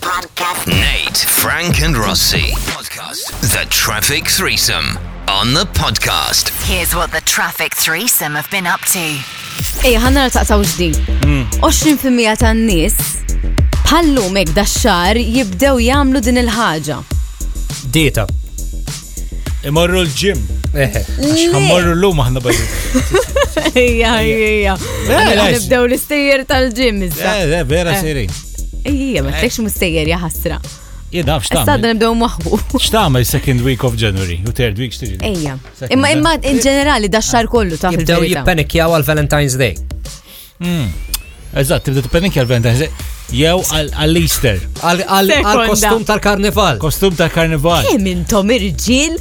podcast. Nate, Frank, and Rossi. Podcast. The Traffic Threesome on the podcast. Here's what the traffic threesome have been up to. Ej, ħanna l-taqsaw ġdijt. 20% ta' n-nis bħallum ek daċxar jibdew jamlu din il-ħagġa. Dieta. Imorru l-ġim. Eħe. għax Ħammorru l-lum aħna bajdu. Ejja, ejja. Eh, le, Nibdew l-istejjer tal-ġim issa. Eh, le, vera Eh. siri. Ejja, ma t-tekx mustejjer jaħasra. Jidaf, xtamil. Sadda nibdew maħbu. Xtamil second week of January. U third week xtiġi. Ejja. Second Imma day. imma in ġenerali daċxar kollu ta' Jibdew fil-verità. jippanikjaw għal Valentine's Day. Eżatt, tibda t-penik għal-Valentine's Day. Jew għal- għall-Easter. Għal- Għal Sekonda. għal kostum tal-karnival. Kostum ta' karnival. Kemm intom Eh, irġiel?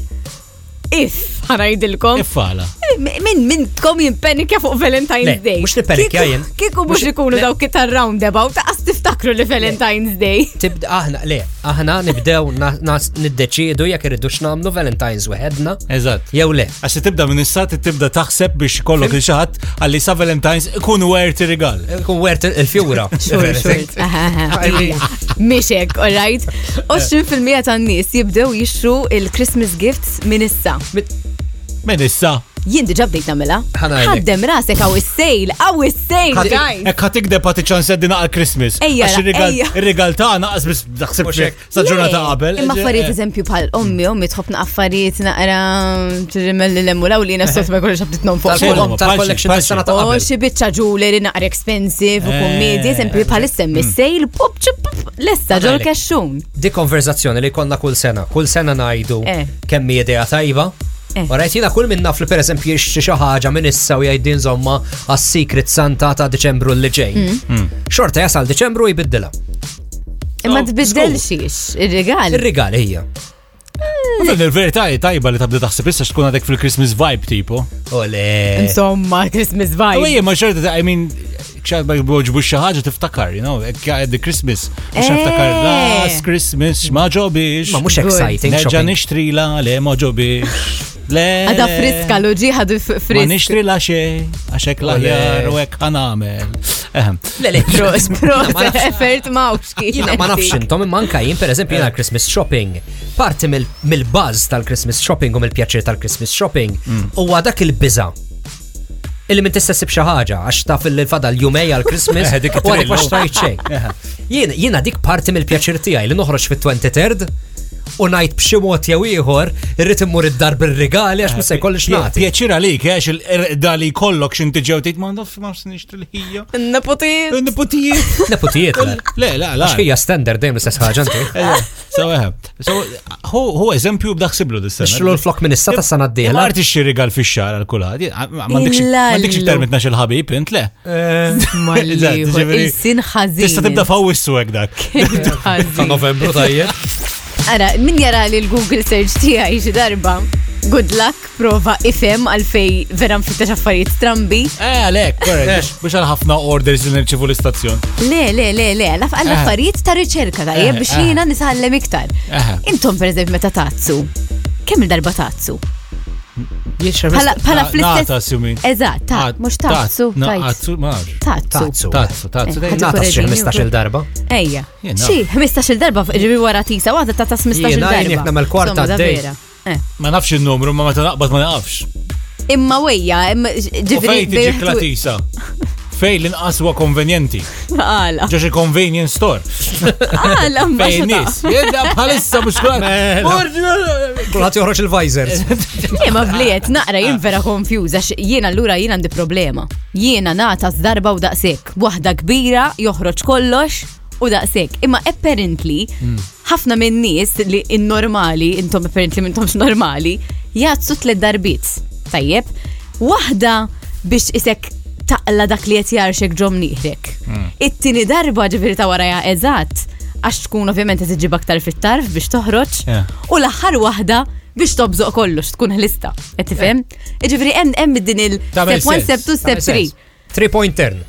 If, ħanajdilkom. Eh, Iffala. Min min tkom jimpenikja fuq Valentine's Le, Day. mux nippenikja Kieku- jien. Kieku mux Mux- ikunu le. daw kitar roundabout, għas tiftakru li Valentine's Day. Tibda aħna, le, aħna nibdew na- nas- niddeċidu jekk irridu x'namlu Valentine's weħedna. Eżatt. Jew le. Għax tibda minn is-sat tibda taħseb biex kollok il-xaħat għalli sa' Valentine's ikun wert ir-rigal. Kun wert il-fjura. Xur, xur. Mixek, all right? 20% ta' n-nis jibdew jixru il-Christmas gifts minn issa. Min issa. Jien diġa bdejt namela. Ħanajdlek. Ħaddem rasek għaw is-sejl, għaw is-sejl, Eh, guys. Ek ħatikdeb Eh, għati ċan seddi naqal Christmas. Ejja, Għax ir-rigal- ejja. ir-rigal ta' naqas bis daħseb Mhux hekk. sa' ġurnata qabel. Imma Eġe, affarijiet eh. eżempju bħal ommi, ommi tħobna affarijiet naqra tirrimel li lemmu law li jena s-sot ma jkollx għabdit non fuq. Xejn, Tal-kolom tal-collection paċi, tas-sena ta' O qabel. xi biċċa ġuleri naqra expensive u Eh, kummedji, eżempju bħal issemmi sejl, pop ċip, lesta ġol Għadalek. kaxxun. Di konverzazzjoni li konna kull sena. Kull sena najdu Eh. kemm hija idea tajba. Eh. U rajt jina kull minn naf li per eżempju jixxi xi ħaġa minn issa u jgħidin zomma għas-Secret Santa ta' Deċembru li ġej. Hmm. Xorta jasal Deċembru jbiddilha. Imma Oh, tbiddel xiex, ir-regal. Ir-rigal hija. Fil il-verità hija tajba li tabda taħseb issa xtkun għadek fil-Christmas vibe tipo. Ole. Insomma, Christmas U vibe. hija ma xorta ta' I mean e xad ma jboġbu xi ħaġa tiftakar, e you know, hekk għaddi Christmas. Mhux Eh. niftakar last Christmas ma ġobix. E. Ma mhux Good. exciting Nerġa' shopping. nixtrila le ma ġobix. Le. Għada Eh. friska, loġi ħadu f- Ma frisk. nixtrila xej, għax hekk l-aħjar u hekk ħanamel. e Ehem. Le, le, Pros, Jina ma pros, nafx- effert mawxki. Jina ma nafx intom imma anka jien pereżempju Eh. jina l-Christmas shopping. Parti mill- mill-buzz tal-Christmas shopping u mill-pjaċir tal-Christmas shopping Mm. huwa dak il-biża. Illi minn tista' sib xi ħaġa għax taf il fadal jumej għal-Christmas Eh, dik Eh. u għalek ma it-thrill, xtajt xejn. Jien- Jiena dik parti mill-pjaċir tiegħi li noħroġ fit-23 u ngħid b'xi mod jew ieħor irrid immur id-dar bir-rigali għax ma se jkollix nagħti. Pjaċira li er, għax il-dali kollok xinti ġew tgħid ma nafx ma nixtrilħija. Napotit. Nipotijiet. Nepotijiet. le. Le, la, la. Għax hija standard dejjem l-istess ħaġa inti. Eh, So, eh, so, hu hu eżempju b'daħsiblu dis-sena. Xlu l-flok minn issa tas sena d-dieħla. Għart ixxi rigal fi xar għal-kulħad. Illa Mandikx llu. iktar mitna xil-ħabib, int le. Eżatt, Malliħor, ġifiri, il-sin ħazin. Tista tibda fawissu għek dak. Ta' novembru tajjeb. Ara, min jara li l-Google search tiegħi xi darba? Good luck, prova ifem għalfej vera nfittex affarijiet strambi. Eh, le, korrekt. Biex għal-ħafna orders li nirċivu l-istazzjon. Le, le, le, le, għalaf għall-affarijiet ta' riċerka ta' Eh, biex eh. jiena nisħallem iktar. Eh. Intom per eżempju meta tazzu. Kemm il-darba tazzu? Pala pala Na- nata, fl-istess. assumi. Eżatt, ta' mhux tazzu, Na, tajt. Tazzu, maħġ. Tazzu. Tazzu. Tazzu, tazzu. Eh, dejjem. ħadd Nata xi ikorreġini 15 darba. Ejja. Jien, Xi, 15-il darba ġibi wara tisa, waħda ta' 15-il Jiena, darba. jien jekk nagħmel kwarta Insomma, da għaddej. vera. Eh. Ma nafx il-numru, ma meta naqbad ma naqafx. Imma wejja, imma U fej tiġi ġifiri. klatisa. Fej l-inqaswa konvenjenti. Għala, Ġaxi convenience store. għala, Fej nis. Jedda bħalissa mux kulat. Kulħadd joħroġ il-visors. Imma Eh, bliet, naqra jien vera konfjuza, x- jiena allura jiena għandi problema. Jiena nata darba u daqsek, waħda kbira, joħroġ kollox u daqsek. Imma apparently, ħafna minn nies li in-normali, intom apparently minntomx normali, jgħazzu tlet darbit. Tajjeb, waħda biex isek taqla dak li qed jarxek ġom nieħrek. It-tieni darba ġifieri ta' wara eżatt għax tkun ovvjament qed iġib aktar fit-tarf biex toħroġ Yeah. u l-aħħar waħda biex tobżoq kollox tkun ħlista. Qed tifhem? Jiġifieri hemm hemm din il Tagħmel step 1, sens, step 2, step 3. 3 point turn.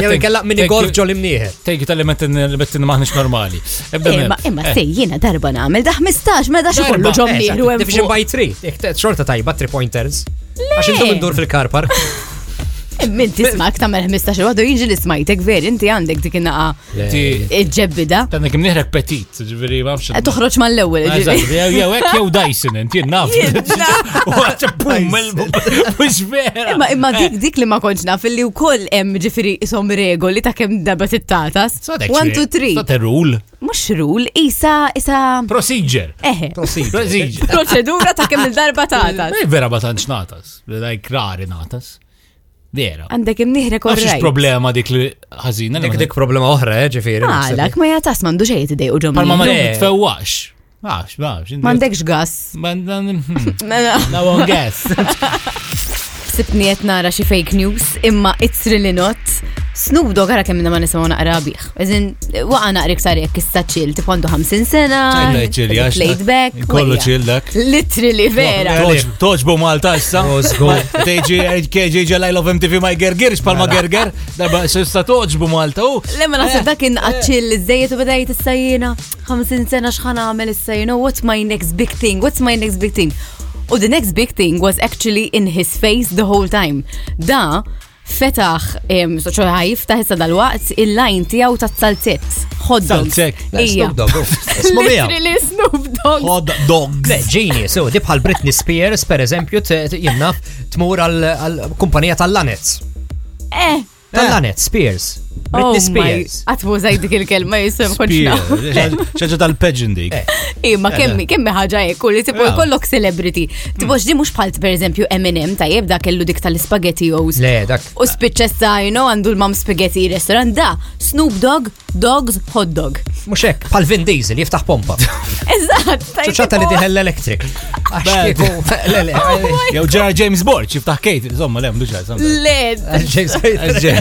Jew ikella mini golf ġol imnieħed. Tejki tal-elementin elementin maħnix normali. Ebda Imma minn. imma Eh, sej jiena darba nagħmel daħ 15 mela dax ikollu ġom إيه، nieħru hemm Division fuq. by 3. Xorta tajba 3 point turns. Għax intom indur fil-karpar. Min tismak ta' mer 15 waħdu jiġi li smajtek ver, inti għandek dik innaqa Ti- ġebbida. Tanna kim neħrek petit, ġveri, ma' mxin. Toħroġ mal-ewwel. ġifieri. Jew ek jew Dyson, inti naf. Waċa bum, mux vera. Imma imma dik dik li ma konċ naf li wkoll hemm ġifieri isom regoli ta' kemm dabet it-tatas. 1 2 3. State rule. Mhux rule, isa isa Procedure. eħe. Eh. Procedure. Proċedura ta' kemm il-darba tatas. Ma' vera ma tantx natas. Like rari natas. Vera. Għandek imniħrek Nafx ix orrejt. problema dik li ħażina. Dik dik problema oħra, eh, ġifieri. Ah, naħseb. Għalak ma jatas mandu xejn idej u Palma ma ġomma. Eh. tfewwax. Max, max. M'għandekx gas. Now Mela. on guess. Sibni qed nara xi fake news, imma it's really not. Snoop Dogg ara kemm minna ma nisimgħu naqra bih. Eżin, waqa naqra iktar jekk issa chill, tipo għandu 50 sena. Ċajna ċilli, għax. Played back. Kollu wejja. ċill dak. Literally vera. Toġ- Toġbu Malta issa. Teġi KJ ġelaj love MTV ma jgergerx palma gerger. Darba sista toġbu Malta u. Lemma naħseb dak kien għacċill iżdejiet u bdejt issajjina 50 sena x'ħan għamel issajjina, what's my next big thing, what's my next big thing. U the next big thing was actually in his face the whole time. Da fetaħ, em, so- ċo ħajftaħ issa dal-waqt, il-lajn tijaw ta' salzet. Hot dog. Salzek. Le, Ija. Snoop Dogg, uff, Ismu miegħu. Literally Snoop Dogg. Hot dogs. Le, ġini, so, di bħal Britney Spears, per eżempju, t- t- jenna tmur għal- għal kumpanija tal-Lanets. Eh, Tal-Lanets, Spears. oh Britney my. Spears. Għatmu zaħid dik il-kelma jisem Spear. konċna. ċaġa tal-pageant dik. Imma Eh, kemmi, kemmi ħagġa jekku li tipo jkollok celebrity. Mm. Tipo ġdi mux bħalt per eżempju Eminem tajjeb da kellu dik tal-spaghetti O's. Le, dak. U spiċessa, you know, għandu l-mam spaghetti restaurant da, Snoop Dogg, Dogs, Hot Dog. Muxek, bħal Vin Diesel, jiftaħ pompa. Eżat, ċaċata li diħel l-elektrik. Bad. Għaxtieku, le, le, Jew ġara James Borg, ċiftaħ Kate, insomma, lem duġa. Led. James-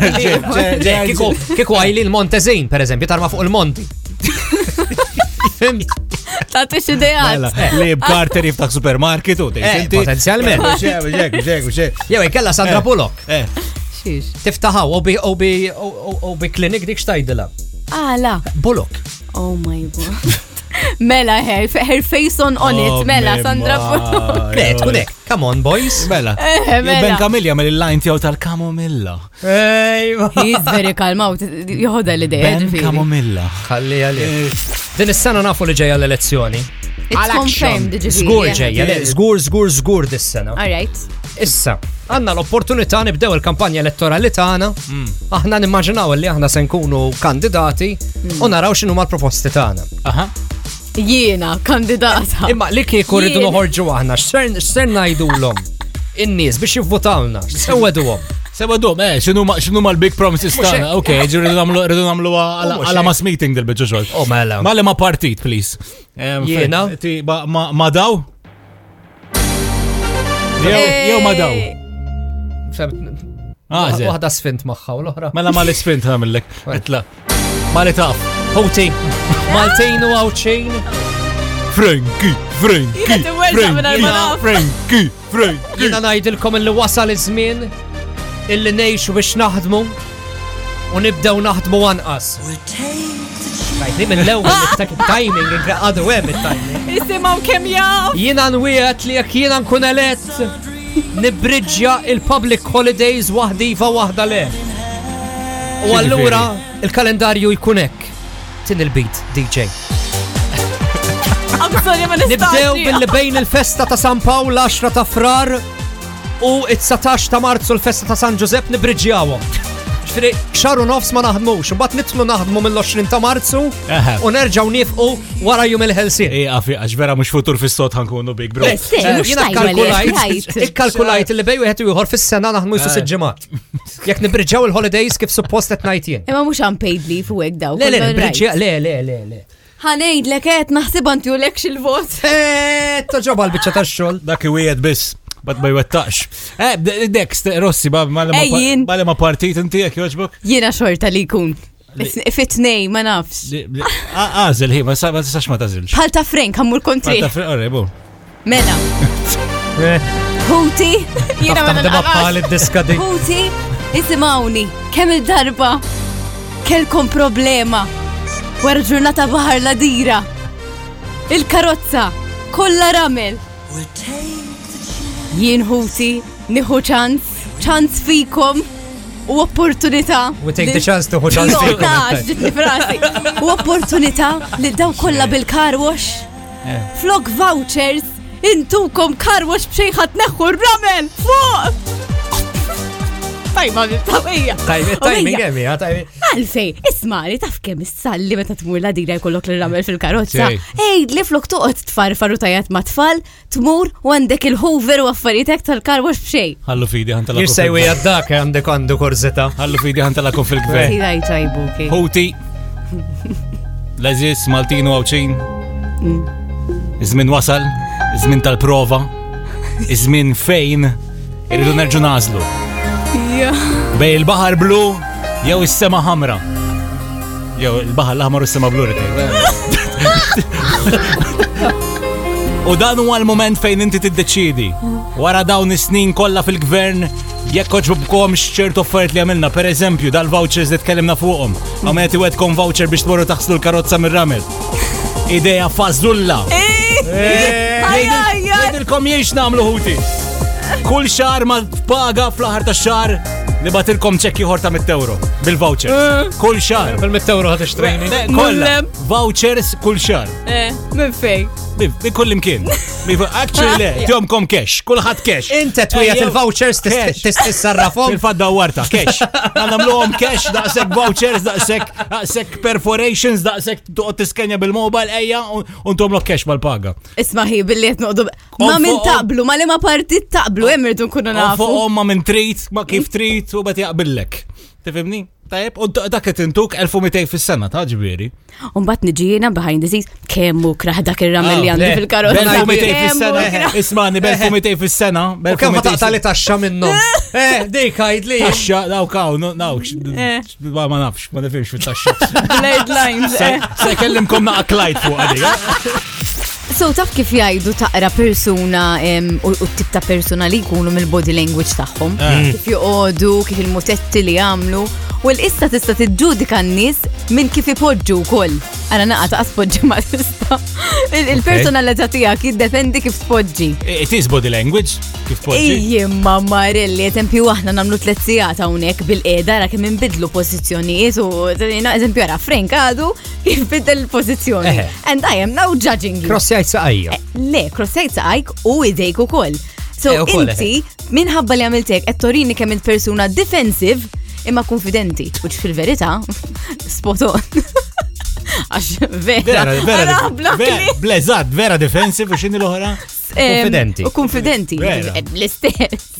Le, kiku- Kiku għajli l-Montezin, per eżempju, tarma fuq il-Monti. Fimt? Ta' t Mela. idejat. Lib Carter jiftaħ supermarket u Eh, potenzjalment. Ġek, ġek, ġek, ġek. Jew, kella Sandra Bullock. Eh, Xiex. Tiftaħaw, u bi- u bi- u- u- u bi klinik dik xtajdela. Għala. Bullock. Oh my god. Mela, her, her face on on Oh, it. Mela, Sandra Bullock. Le, tkunek. Come on, boys. Mela. Eh, mela. Ben Camilla mill-line tiegħu tal-kamomilla. Ejwa. He's very calm out. Johoda l-ideja. Ben Kamomilla. Ħalli għalli. Din is-sena nafu li ġejja l-elezzjoni. It's confirmed, ġifiri. Żgur ġejja, le, żgur, żgur, żgur dis-sena. All right. Issa, għandna l-opportunità nibdew il-kampanja elettorali tagħna. Aħna nimmaġinaw li aħna se nkunu kandidati u naraw x'inhu l-proposti tagħna. Aha. Jiena, kandidata. Imma li kieku rridu Ah, Jien. noħorġu aħna, x'ser ngħidulhom? In-nies biex jivvotawna, x'sewweduhom. Seba dom, eh, xinu ma, xinu ma l-big promises Mhux tana, hekk. ok, ġi rridu namlu, rridu namlu U mhux għala hekk. mas meeting dil-bicċu xol. Oh, mela. eh. Ma ma partit, please. Em, fe- Jiena? Ti, ba- ma, ma daw? Eh. Jew, Eh, jew ma daw. Ah, Għaze. Waħda sfint magħha u l-oħra. Mela ma li spint għamillek. Itla. Ma li taf. Houti, Maltin u Awċin. Franki, Franki, Jiena t-werza minn Franki, għal-manaf. Franki, Franki. Jina najdilkom illi wasal iż-żmien illi nejxu biex naħdmu u nibdew naħdmu anqas. Għajdi minn l-ewwel niftak timing għadu hemm it-timing. Isimaw kem jaf. Jiena nwiegħed li jekk jiena nkun elett nibbriġġja il-public holidays waħdifa waħda le. U allura il-kalendarju jkun hekk. Tin il-beat, DJ. I'm sorry, ma nistax. Nibdew billi bejn il-festa ta' San Pawl 10 ta' frar u it-19 ta' marzu l-festa ta' San Giuseppe nibriġjawhom. Ġifieri xaru nofs ma naħdmux, imbagħad nitlu naħdmu mill-20 ta' marzu Aha. u nerġgħu nifqu wara jum il-ħelsien. Eh, Ija, fi, Eh, għax vera mux futur fis-sot ħankunu big bro. Le, se, mhux Jina tajba li kalkulajt, jgħid. ikkalkulajt li bej wieħed ieħor fis-sena naħdmu jsu Ah. siġġimat. Jekk nibriġġaw il-holidays kif suppost qed ngħid jien. Imma mux unpaid leave u għek daw. Le, le, kollu le, right. briġġja, le, le, le, le. Ħanejd l et naħseb anti u lekx il-vot. Eh, toġoba l-bicċa tax-xogħol. Dak iwiet biss. Bat ma jwettax. Eh, d- Dex, t- Rossi, ba ma ma- Ejjin. ma ma partit inti jek joġbok? Jiena xorta li jkun. Fitnej, ma nafx. Għazil, hi, ma sa- ma tistax ma tażilx. Bħal ta' Frank, għammur kontri. Għadda fri- Orre, bu. Mela, Huti, jiena ma Taħdem bħal nafx. id-diska di. Huti, isimawni, kemm il-darba kelkom problema. Wara ġurnata baħar ladira. Il-karozza, kollha ramel. Jien Huti, nieħu ċans, ċans fikom. u opportunità. We take the li- chance to hold on Jo, to it. nax, ġitni frasi. U opportunità li daw kollha bil-car wash. Flok vouchers intukom car wash bxejħat neħu ramel fuq! Tajma bil-tawija. Tajmi, tajmi, għemmi, tajmi. Għalfej, ismari, taf kem s-salli meta tmur la dira jkollok l-ramel fil-karozza. Sej. Ej, li flok tuqot tfarfar u tajat ma tfal, tmur u għandek il-hover u affaritek tal-karwax bxej. Ħallu fidi ħantala. Jirsajwi għaddak għandek għandu korzeta. Ħallu fidi ħantala kun fil-gvern. Tidaj ċajbuki. Huti. Laziz, Maltinu għawċin. Iżmin wasal, iżmin tal-prova, iżmin fejn, irridu nerġu nażlu. Bej il-bahar blu, jew is-sema ħamra. Jew il-bahar l-ħamar u s-sema blu rritej. U dan huwa l-moment fejn inti tiddeċidi. Wara dawn is-snin kollha fil-gvern jekk oġbkom xċert offert li għamilna, per eżempju, dal-vouchers li tkellimna fuqhom. Għamet iwedkom voucher biex tmorru taħslu l-karozza mir-ramel. Ideja fażulla. Eh. Jgħidilkom jiex namlu ħuti. Kull xar ma paga fl-aħar ta' xar li batilkom ċekki ħorta mit-euro bil-voucher. Kull xar. Fil-mittawru għat iċtrajni. Ne, Kolla. Mullem. Vouchers kull xar. Eh, minn fej. Bi bi kull imkien. Bi- bi- Actually, le, tjomkom cash. Kulħat cash. Inta twijat Ejjew. il-vouchers Cash. tissarrafom. Fil-fat dawwarta, cash. Għanamluħom cash, daqsek vouchers, daqsek, daqsek perforations, daqsek tuqot tiskenja bil-mobile, eja, untom lo cash mal-paga. Isma hi, billi jett noqdu. Ma On minn fuqhom. taqblu, ma li ma partit taqblu, emmerdu nkunu nafu. Fuq omma minn trit, ma kif trit, u bat jaqbillek. Tifimni? Tajib, u da- dak qed intuk 1200 fis-sena, ta' ġibieri. Unbat nġijina behind the scenes, kemmu kraħ dak il-ramel li Ah, għandu le, fil-karozza. bella Kemmu 1200 fis-sena, kraħ. ismani, 1200 fis-sena. U kemm ma 1200 taqta li taxxa minnom. Eh, dik għajd li. Taxxa, daw kaw, no- naw, x- Eh. ma ma nafx, ma nifirx fit-taxxa. Blade lines, eh. Se kellimkom naqlajt fuq eh? għadija. So taf kif jgħidu taqra persuna em, u u t-tip ta' persuna li jkunu mill-body language tagħhom. Kif joqogħdu, kif il-mutetti li jagħmlu. U l-issa tista' tiġġudika n-nies minn kif ipoġġu wkoll. Ara naqa ta' spoġġi ma tista. Il- Il-personalità tiegħek jiddependi kif tpoġġi. Eh, It is body language, kif poġġi. Ejjem mamma rilli, eżempju aħna nagħmlu tliet sigħat hawnhekk bil-qiegħda ra kemm inbidlu pożizzjonijiet u na eżempju ara Frank għadu kif bidel il-pożizzjoni. Eħe. And I am now judging you. Krossi għajt Eh, saqajja. Le, krossajt saqajk u idejk u koll. So, Eh, u koll, inti, minħabba li għamiltek, qed torini kemm il-persuna defensive imma konfidenti. Uċ fil-verita, spot on. Għax vera, Vera, vera, Ara, blok vera, li- blezzat, vera defensive u xini l-ohra? Em, konfidenti. U konfidenti. Vera. L-istess.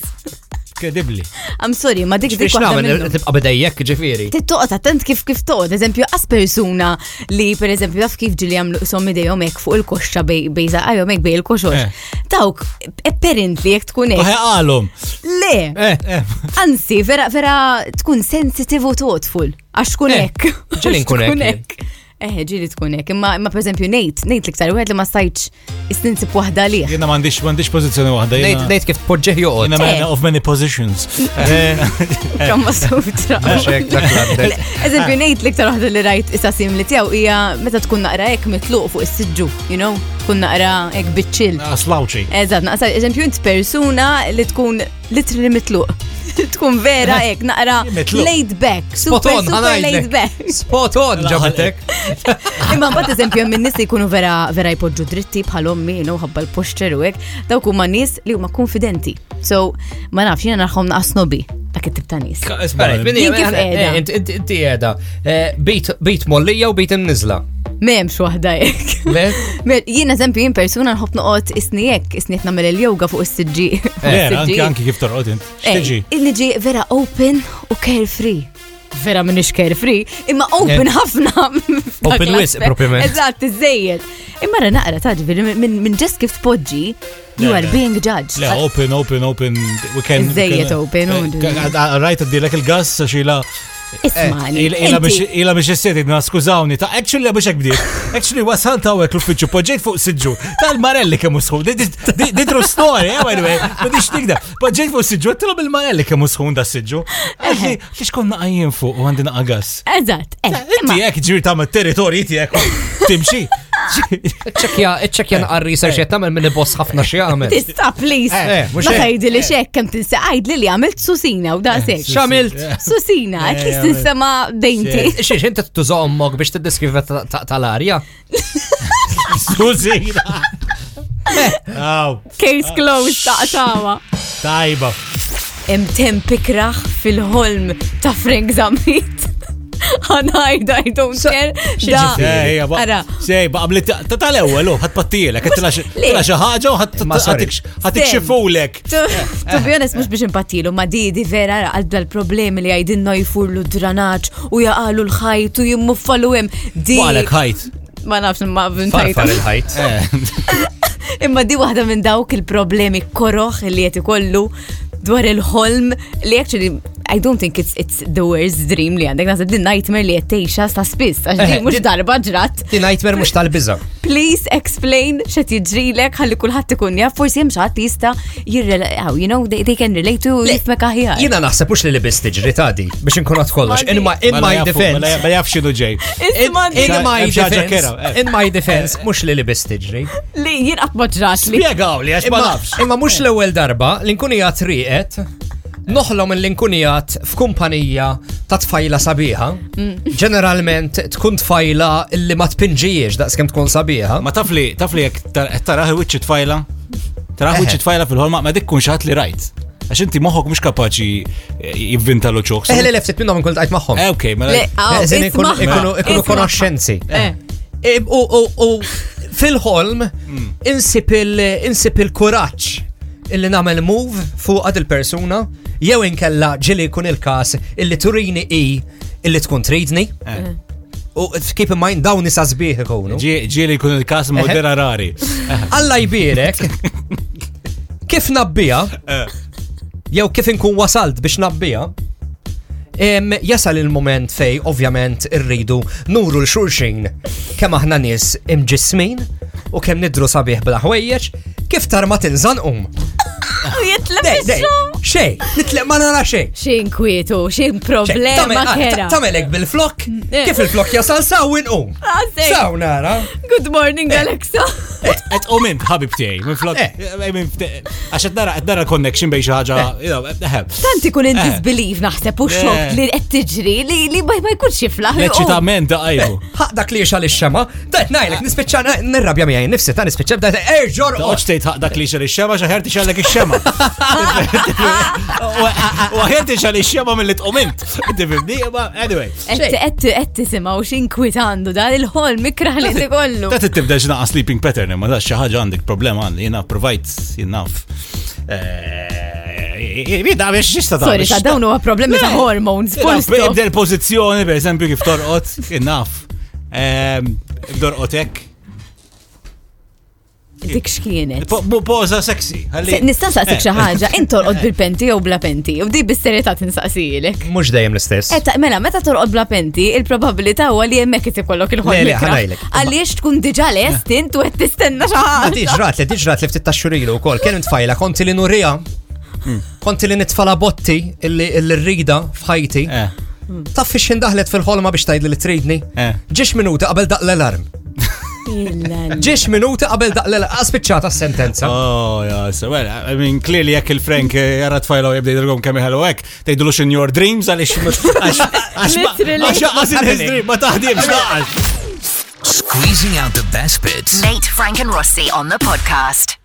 Kredibli. I'm sorry, ma dik dik Biex waħda namen, minnhom. tibqa bedejjek ġifiri. Tittoqgħod attent kif kif toqgħod, eżempju qas persuna li pereżempju taf kif ġili jagħmlu qishom idejhom hekk fuq il-koxxa bej bej żaqajhom hekk bej Eh. il-koxox. Dawk apparently jekk tkun Uħe hekk. għalom. Le, Eh, Anzi, vera, vera, tkun sensitive u thoughtful. Għax tkun Eh, hekk. ġieli Għax nkun hekk, tkun hekk. Eh, ġili tkun hekk. Imma, imma per eżempju, Nate, Nate l-iktar wieħed li ma stajtx istinsib waħda liħ. Jena mandiċ, mandiċ pozizjoni wahda. nejt Eh. Jena Mm. nejt kif tpoġġeħ joqod. man of many positions. Eh. Eh. Kamma softra. Għaxek, dak l-għaddek. Ah. Eżempju, Nate l-iktar waħda li rajt issasim li tiegħu hija meta tkun naqra hekk mitluq fuq is-siġġu, you know? Tkun naqra hekk biċċil. Slawċi. Eżad, naqsa, eżempju, int persuna li tkun literally mitluq. tkun vera hekk, naqra Mitluq. laid back. Spot Super, on, super laid ħanajdek. back. Spot on, ġabetek. Imma bat eżempju hemm in-nies li jkunu vera vera jpoġġu dritti bħal ommi, you know, ħabba l-poster u hekk, dawk huma nies li huma konfidenti. So, ma nafx jiena narħom naqas snobi dak it-tip ta' nies. Għarajt, minni, Jien kif qiegħda? Inti għeda. Bejt mollija u bejt imnizla. M'hemmx waħda hekk. Le? Me- Jien eżempju jien persuna nħobb noqgħod isni hekk, isni qed nagħmel il-yoga fuq is-siġġi. Eh. Vera, anki Is-siġġi. anki kif torqod int. Ej, Xtiġi. Illi ġi vera open u carefree. Vera minix carefree, imma open Eh. ħafna. Open Dak wisq, l-aspett. propriment. Eżatt, iżejjed. Imma ra naqra taġbir minn minn ġest kif tpoġġi, you Le, are le. being judged. Le, Ah. open, open, open. We can. eh, Iżejjed open, oh, u- Rajt għaddilek il-gas, xila. Eh. Ismani. eh, Il- Ila biex inti- ila biex jessedi, na skużawni, ta' actually biex ek bdiet. Actually wasal ta' għek l-uffiċu, poġġejt fuq siġu. Tal-marelli kemm usħu, Di- di- di- di true story, eh, by the way, ma dix nikda. Poġġejt fuq siġu, għattilom il-marelli kemm usħu da siġu. Eh. Għaxli, xiex konna għajjen fuq u għandina għagas. Eżatt, eh, imma Inti jek ġir ta' territorji tiegħek u timxi. ċekja, ċekja naqar research jett għamil minn boss ħafna xie għamil. Tista, please. Eh, eh, mux Ma hekk. tajdi li xek kem tinsa, għajd li għamilt susina u daqsek. Xamilt? Susina, at least tinsema dejnti. Xiex, inti t-tużom mok biex t-deskriva tal-arja? Sużina. Aw, Case Ah. closed, taqtawa. tajba. Imtem pikraħ fil-ħolm ta' Frank Zamit. Għanajda, I don't care. Da, Eh, Ejja, ba- Ara, Xej, ba' qabli ta' ta' tal-ewwel, u ħatpattilek, qed tilax- Le. tilax xi ħaġa u ħat- Ma sorry. ħatik- ħatikxifulek. To Eh, to be honest, mux biex impattilu, ma didi vera għadda l-problemi li għajdinna jfurlu dranaċ u jaqalu l-ħajt u jimmuffalu jem. Di. Għalek ħajt. Ma nafx ma Farfar vintajta. il-ħajt. Imma di waħda minn dawk il-problemi koroħ li jeti kollu dwar il-ħolm li actually I don't think it's, it's the worst dream li għandek nasib din nightmare li jettejxa sta spiss għax di Eh, mux di- darba ġrat. Ti nightmare mux tal-biza. please explain xet jġrilek ħalli kullħat ikun jaf forsi hemm xi ħadd li jista' jirrelaw, you know, they, they can relate to jifmek aħjar. Jina naħseb mux li libis tiġri tadi biex nkunat kollox. Għandi. In my, in Mela my defense. Ma jaf xinu ġej. In, in Xa- my hemm xi ħaġa defense. kera, eh. In my defense, mux li libis tiġri. Li jien qatt ma ġrat li. Spjegaw li għax ma Imma nafx. imma mux l-ewel darba, l-inkunijat riqet, noħlom l-inkunijat f'kumpanija ta' tfajla sabiħa. Ġeneralment tkun tfajla illi ma tpinġijiex daqs kem tkun sabiħa. Ma taf li, taf li jek tar- qed taraħ il-witch tfajla? Taraħ Eħe. il-witch tfajla fil-ħolma, ma dik kun xaħat li rajt. Għax inti moħok mux kapaċi jivvinta l ċoks. Eħle leftit minnom inkolt għajt maħħom. Eh, ok, mela. Le, aw, Eżin ikunu Ah, isma'. ikunu- ikunu Isma'. konoxxenzi. Eh, E, U u- u fil-ħolm insib il- insib il-kuraċ illi namel move fuq għad il-persuna jew inkella ġili kun il-kas illi turini i illi tkun tridni. Eh. U keep in mind dawn nisa sbieħ ikunu. Ġi- Ġieli kun il-kas modera rari. Alla jbirek kif nabbija Eh. jew kif inkun wasalt biex nabbija em, jasal il-moment fej ovvjament irridu nuru l-xurxin kemm aħna nies imġismin u kemm nidru sabiħ bla ħwejjeġ kif tar ma tinżanqum. U jitlef Dej, dej, ix-xogħol. xej, nitleq ma nara xej. Xin kwietu, xin Xej, problema tamel- ah, kera. ta- Tamelek bil-flok, Eh. kif il-flok jasal saw inqum. Ah, sej. Saw nara. Good morning, Alexa. Et omin, ħabib tiegħi, minn flok. Eh. eh, minn fte- Għax qed nara qed nara connection bej xi ħaġa. you know, eh, Tanti kun in disbelief naħseb u xok Eh. li qed tiġri li li ma ma jkunx jiflaħ. oh, Leċitament daqajbu. ħaqdak li xal ix-xema, dajt najlek nispiċċa nirrabja miegħi nifsi ta' nispiċċa bdajt erġor Toqgħod oċ. tgħid ħaqdak li xar ix-xema xi ħerti xallek ix-xema. U ħerti xal ix-xema mill-li tqomint. Tifhimni? Ma anyway. Qed qed tisimgħu x'in kwitandu dan il-ħolm ikraħ li tikollu. Ta' tibda xnaqa sleeping pattern, ma da' xaħġa għandek problema għandi, jena provajt, jenaf. Vida, biex xista ta' Sorry, ta' dawn huwa problemi Eh. ta' Le. hormones. full stop. Ibda l-pozizjoni, per eżempju, kif torqot, jenaf. Dorqotek. Dik x'kienet. Poza sexy. Se- Nista' nsaqsik Eh. xi ħaġa, intorqod bil-penti jew bla penti, u di bis-serjetà tinsaqsilek. Mhux dejjem l-istess. Etta, mela, meta torqod bla penti, il-probabilità huwa li hemmhekk qed ikollok Le, il-ħolm. le, ikra. ħanajlek. Eh. Għaliex tkun diġà lest int u qed tistenna xi آه، ħaġa. Diġrat li diġrat li ftit taxxurilu wkoll kien intfajla konti li nurija. Konti li nitfala botti illi illi rrida f'ħajti. إيه. Taf fiex indaħlet fil-ħolma biex tajd li tridni. Eh. Ġiex minuta qabel daq l-alarm. Illa, Ġiex minuta qabel daq l-alarm. Aspiċċata s-sentenza. Oh, yes. Well, I mean, clearly jekk il-Frank eh, jara tfajlaw jibda jidrgom kemm iħelu hekk, tgħidulu in your dreams għaliex għax Literally. għax in his dream ma taħdimx naqal. Squeezing out the best bits. Nate, Frank, and Rossi on the podcast.